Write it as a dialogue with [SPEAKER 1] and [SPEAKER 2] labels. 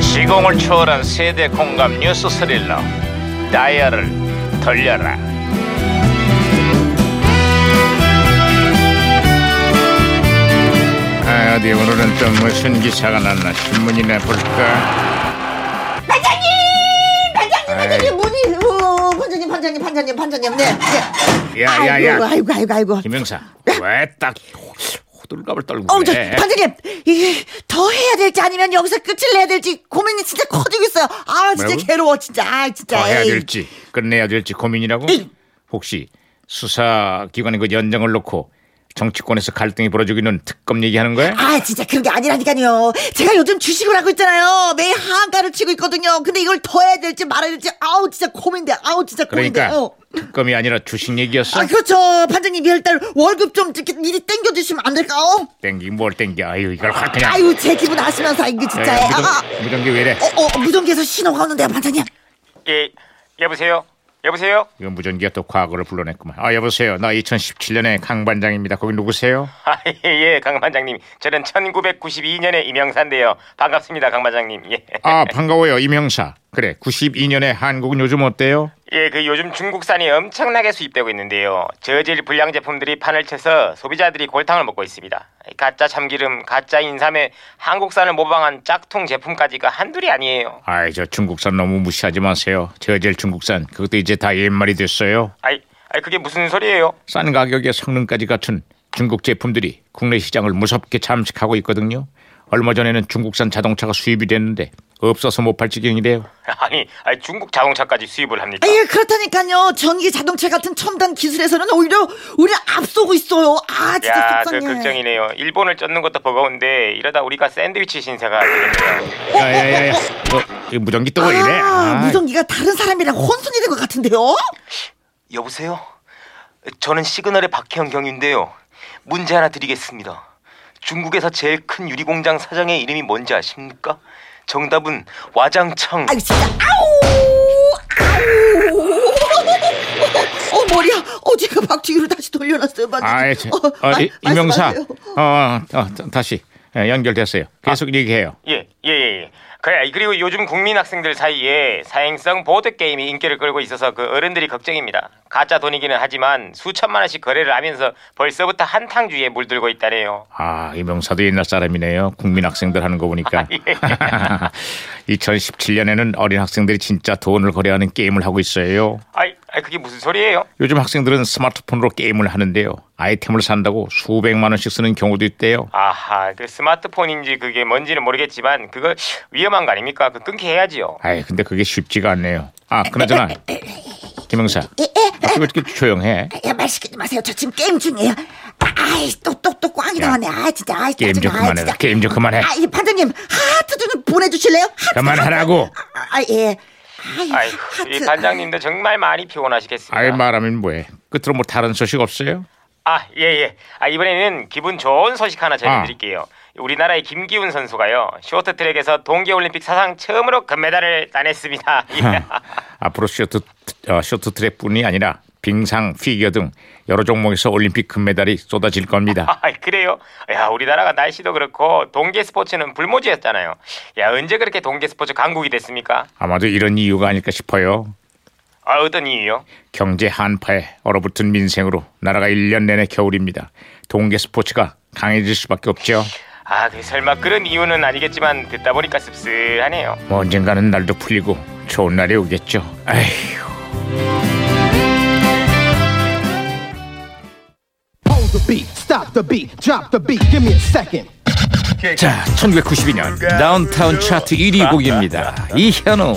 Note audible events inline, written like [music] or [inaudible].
[SPEAKER 1] 시공을 초월한 세대 공감 뉴스 스릴러 다이얼을 돌려라 아, 어디 오늘은 또 무슨 기사가 났나 신문이나 볼까
[SPEAKER 2] 반장님, 반장님, 문이, 어, 반장님, 반장님, 반장님, 반장님, 네, 네.
[SPEAKER 1] 야야야
[SPEAKER 2] 아이고, 아이고, 아이고, 아이고.
[SPEAKER 1] 김영사 네. 왜 딱 호들갑을 떨고
[SPEAKER 2] 어우, 저,
[SPEAKER 1] 그래
[SPEAKER 2] 반장님, 이게 더 해야 될지 아니면 여기서 끝을 내야 될지 고민이 진짜 커지고 있어요. 아, 진짜
[SPEAKER 1] 뭐라고?
[SPEAKER 2] 괴로워, 진짜. 아, 진짜.
[SPEAKER 1] 더 해야
[SPEAKER 2] 에이.
[SPEAKER 1] 될지 끝내야 될지 고민이라고
[SPEAKER 2] 에이.
[SPEAKER 1] 혹시 수사기관의 그 연장을 놓고 정치권에서 갈등이 벌어지고 있는 특검 얘기하는 거야?
[SPEAKER 2] 아, 진짜 그런 게 아니라니까요. 제가 요즘 주식을 하고 있잖아요. 매일 하한가를 치고 있거든요. 근데 이걸 더 해야 될지 말아야 될지, 아우, 진짜 고민돼. 아우, 진짜 고민돼.
[SPEAKER 1] 그러니까
[SPEAKER 2] 어.
[SPEAKER 1] 특검이 아니라 주식 얘기였어.
[SPEAKER 2] 아, 그렇죠. 반장님, 이월 달 월급 좀 이렇게 미리 땡겨주시면 안 될까요?
[SPEAKER 1] 땡기 뭘 땡기. 아유 이걸 확 그냥.
[SPEAKER 2] 아유, 제 기분 아시면서, 이게 진짜.
[SPEAKER 1] 야, 야,
[SPEAKER 2] [laughs] 아, 아.
[SPEAKER 1] 무전, 무전기 왜 이래?
[SPEAKER 2] 어, 어, 무전기에서 신호가 오는데요, 반장님.
[SPEAKER 3] 예, 여보세요? 여보세요? [laughs]
[SPEAKER 1] 이건 무전기가 또 과거를 불러냈구만. 아 여보세요. 나 2017년의 강 반장입니다. 거기 누구세요?
[SPEAKER 3] 아, 예, 예, 강 반장님. 저는 1992년에 임영사인데요. 반갑습니다, 강 반장님. 예.
[SPEAKER 1] 아 반가워요 이명사. 그래 92년의 한국은 요즘 어때요?
[SPEAKER 3] 예, 그 요즘 중국산이 엄청나게 수입되고 있는데요. 저질 불량 제품들이 판을 쳐서 소비자들이 골탕을 먹고 있습니다. 가짜 참기름, 가짜 인삼에 한국산을 모방한 짝퉁 제품까지가 한둘이 아니에요.
[SPEAKER 1] 아이 저 중국산 너무 무시하지 마세요. 저질 중국산 그것도 이제 다 옛말이 됐어요.
[SPEAKER 3] 아이, 아이 그게 무슨 소리예요? [laughs]
[SPEAKER 1] 싼 가격에 성능까지 갖춘 중국 제품들이 국내 시장을 무섭게 잠식하고 있거든요. 얼마 전에는 중국산 자동차가 수입이 됐는데 없어서 못 팔 지경이래요.
[SPEAKER 3] 아니, 아이, 중국 자동차까지 수입을 합니까?
[SPEAKER 2] 예, 그렇다니까요. 전기 자동차 같은 첨단 기술에서는 오히려 우리 앞서고 있어요. 아, 진짜
[SPEAKER 3] 야, 그
[SPEAKER 2] 속상해.
[SPEAKER 3] 걱정이네요. 일본을 쫓는 것도 버거운데 이러다 우리가 샌드위치 신세가 되겠네요.
[SPEAKER 1] 야야야야, 어, 이 무전기 또 왜 이래?
[SPEAKER 2] 아,
[SPEAKER 1] 아,
[SPEAKER 2] 무전기가 다른 사람이랑 혼선이 된 것 같은데요?
[SPEAKER 3] 여보세요? 저는 시그널의 박혜영 경인데요. 문제 하나 드리겠습니다. 중국에서 제일 큰 유리 공장 사장의 이름이 뭔지 아십니까? 정답은 와장창.
[SPEAKER 2] 아유, 진짜. 아우! [laughs] 아우! 어, 머리야. 어제가 박치기로 다시 돌려놨어요,
[SPEAKER 1] 아,
[SPEAKER 2] 반장님.
[SPEAKER 1] 제, 어, 이-
[SPEAKER 2] 아,
[SPEAKER 1] 이명사,
[SPEAKER 2] 말씀하세요.
[SPEAKER 1] 어, 어, 어, 다- 다시 예, 연결됐어요.
[SPEAKER 2] 아.
[SPEAKER 1] 계속 얘기해요.
[SPEAKER 3] 예, 예, 예. 그래, 그리고 요즘 국민 학생들 사이에 사행성 보드 게임이 인기를 끌고 있어서 그 어른들이 걱정입니다. 가짜 돈이기는 하지만 수천만 원씩 거래를 하면서 벌써부터 한탕주의에 물들고 있다네요.
[SPEAKER 1] 아, 이명사도 옛날 사람이네요. 국민 학생들 하는 거
[SPEAKER 2] 아,
[SPEAKER 1] 보니까.
[SPEAKER 2] 예.
[SPEAKER 1] [laughs] 2017년에는 어린 학생들이 진짜 돈을 거래하는 게임을 하고 있어요.
[SPEAKER 3] 아이, 아이 그게 무슨 소리예요?
[SPEAKER 1] 요즘 학생들은 스마트폰으로 게임을 하는데요. 아이템을 산다고 수백만 원씩 쓰는 경우도 있대요.
[SPEAKER 3] 아하, 그 스마트폰인지 그게 뭔지는 모르겠지만 그거 위험한 거 아닙니까? 그 끊기 해야지요.
[SPEAKER 1] 아이, 근데 그게 쉽지가 않네요. 아, 그나저나 김영사,
[SPEAKER 2] 예, 예.
[SPEAKER 1] 아, 왜 이렇게 조용해?
[SPEAKER 2] 야, 말 시키지 마세요. 저 지금 게임 중이에요. 아, 아이, 또, 또, 또 꽝이 나왔네. 아, 진짜. 아,
[SPEAKER 1] 게임 좀 그만해라. 게임 좀 그만해.
[SPEAKER 2] 아, 이 반장님, 하트 좀 보내주실래요? 하트,
[SPEAKER 1] 그만하라고.
[SPEAKER 2] 하트. 아, 예. 아이,
[SPEAKER 3] 아이고,
[SPEAKER 2] 하트.
[SPEAKER 3] 이 반장님도 정말 많이 피곤하시겠습니다.
[SPEAKER 1] 아이 말하면 뭐해? 끝으로 뭐 다른 소식 없어요?
[SPEAKER 3] 아, 예, 예. 아, 이번에는 기분 좋은 소식 하나
[SPEAKER 1] 아.
[SPEAKER 3] 전해드릴게요. 우리나라의 김기훈 선수가요. 쇼트트랙에서 동계올림픽 사상 처음으로 금메달을 따냈습니다. [laughs] 예.
[SPEAKER 1] 앞으로 쇼트 어, 쇼트트랙뿐이 아니라 빙상, 피겨 등 여러 종목에서 올림픽 금메달이 쏟아질 겁니다.
[SPEAKER 3] [laughs] 아, 그래요? 야, 우리나라가 날씨도 그렇고 동계 스포츠는 불모지였잖아요. 야, 언제 그렇게 동계 스포츠 강국이 됐습니까?
[SPEAKER 1] 아마도 이런 이유가 아닐까 싶어요.
[SPEAKER 3] 아, 어떤 이유요?
[SPEAKER 1] 경제 한파에 얼어붙은 민생으로 나라가 1년 내내 겨울입니다. 동계 스포츠가 강해질 수밖에 없죠.
[SPEAKER 3] 아, 그 설마 그런 이유는 아니겠지만 듣다 보니까 씁쓸하네요.
[SPEAKER 1] 뭐 언젠가는 날도 풀리고 좋은 날이 오겠죠. 아휴.
[SPEAKER 4] Hold the beat, stop the beat, drop the beat, give me a second.
[SPEAKER 5] 자, 1992년 다운타운 차트 1위 곡입니다. 이현우.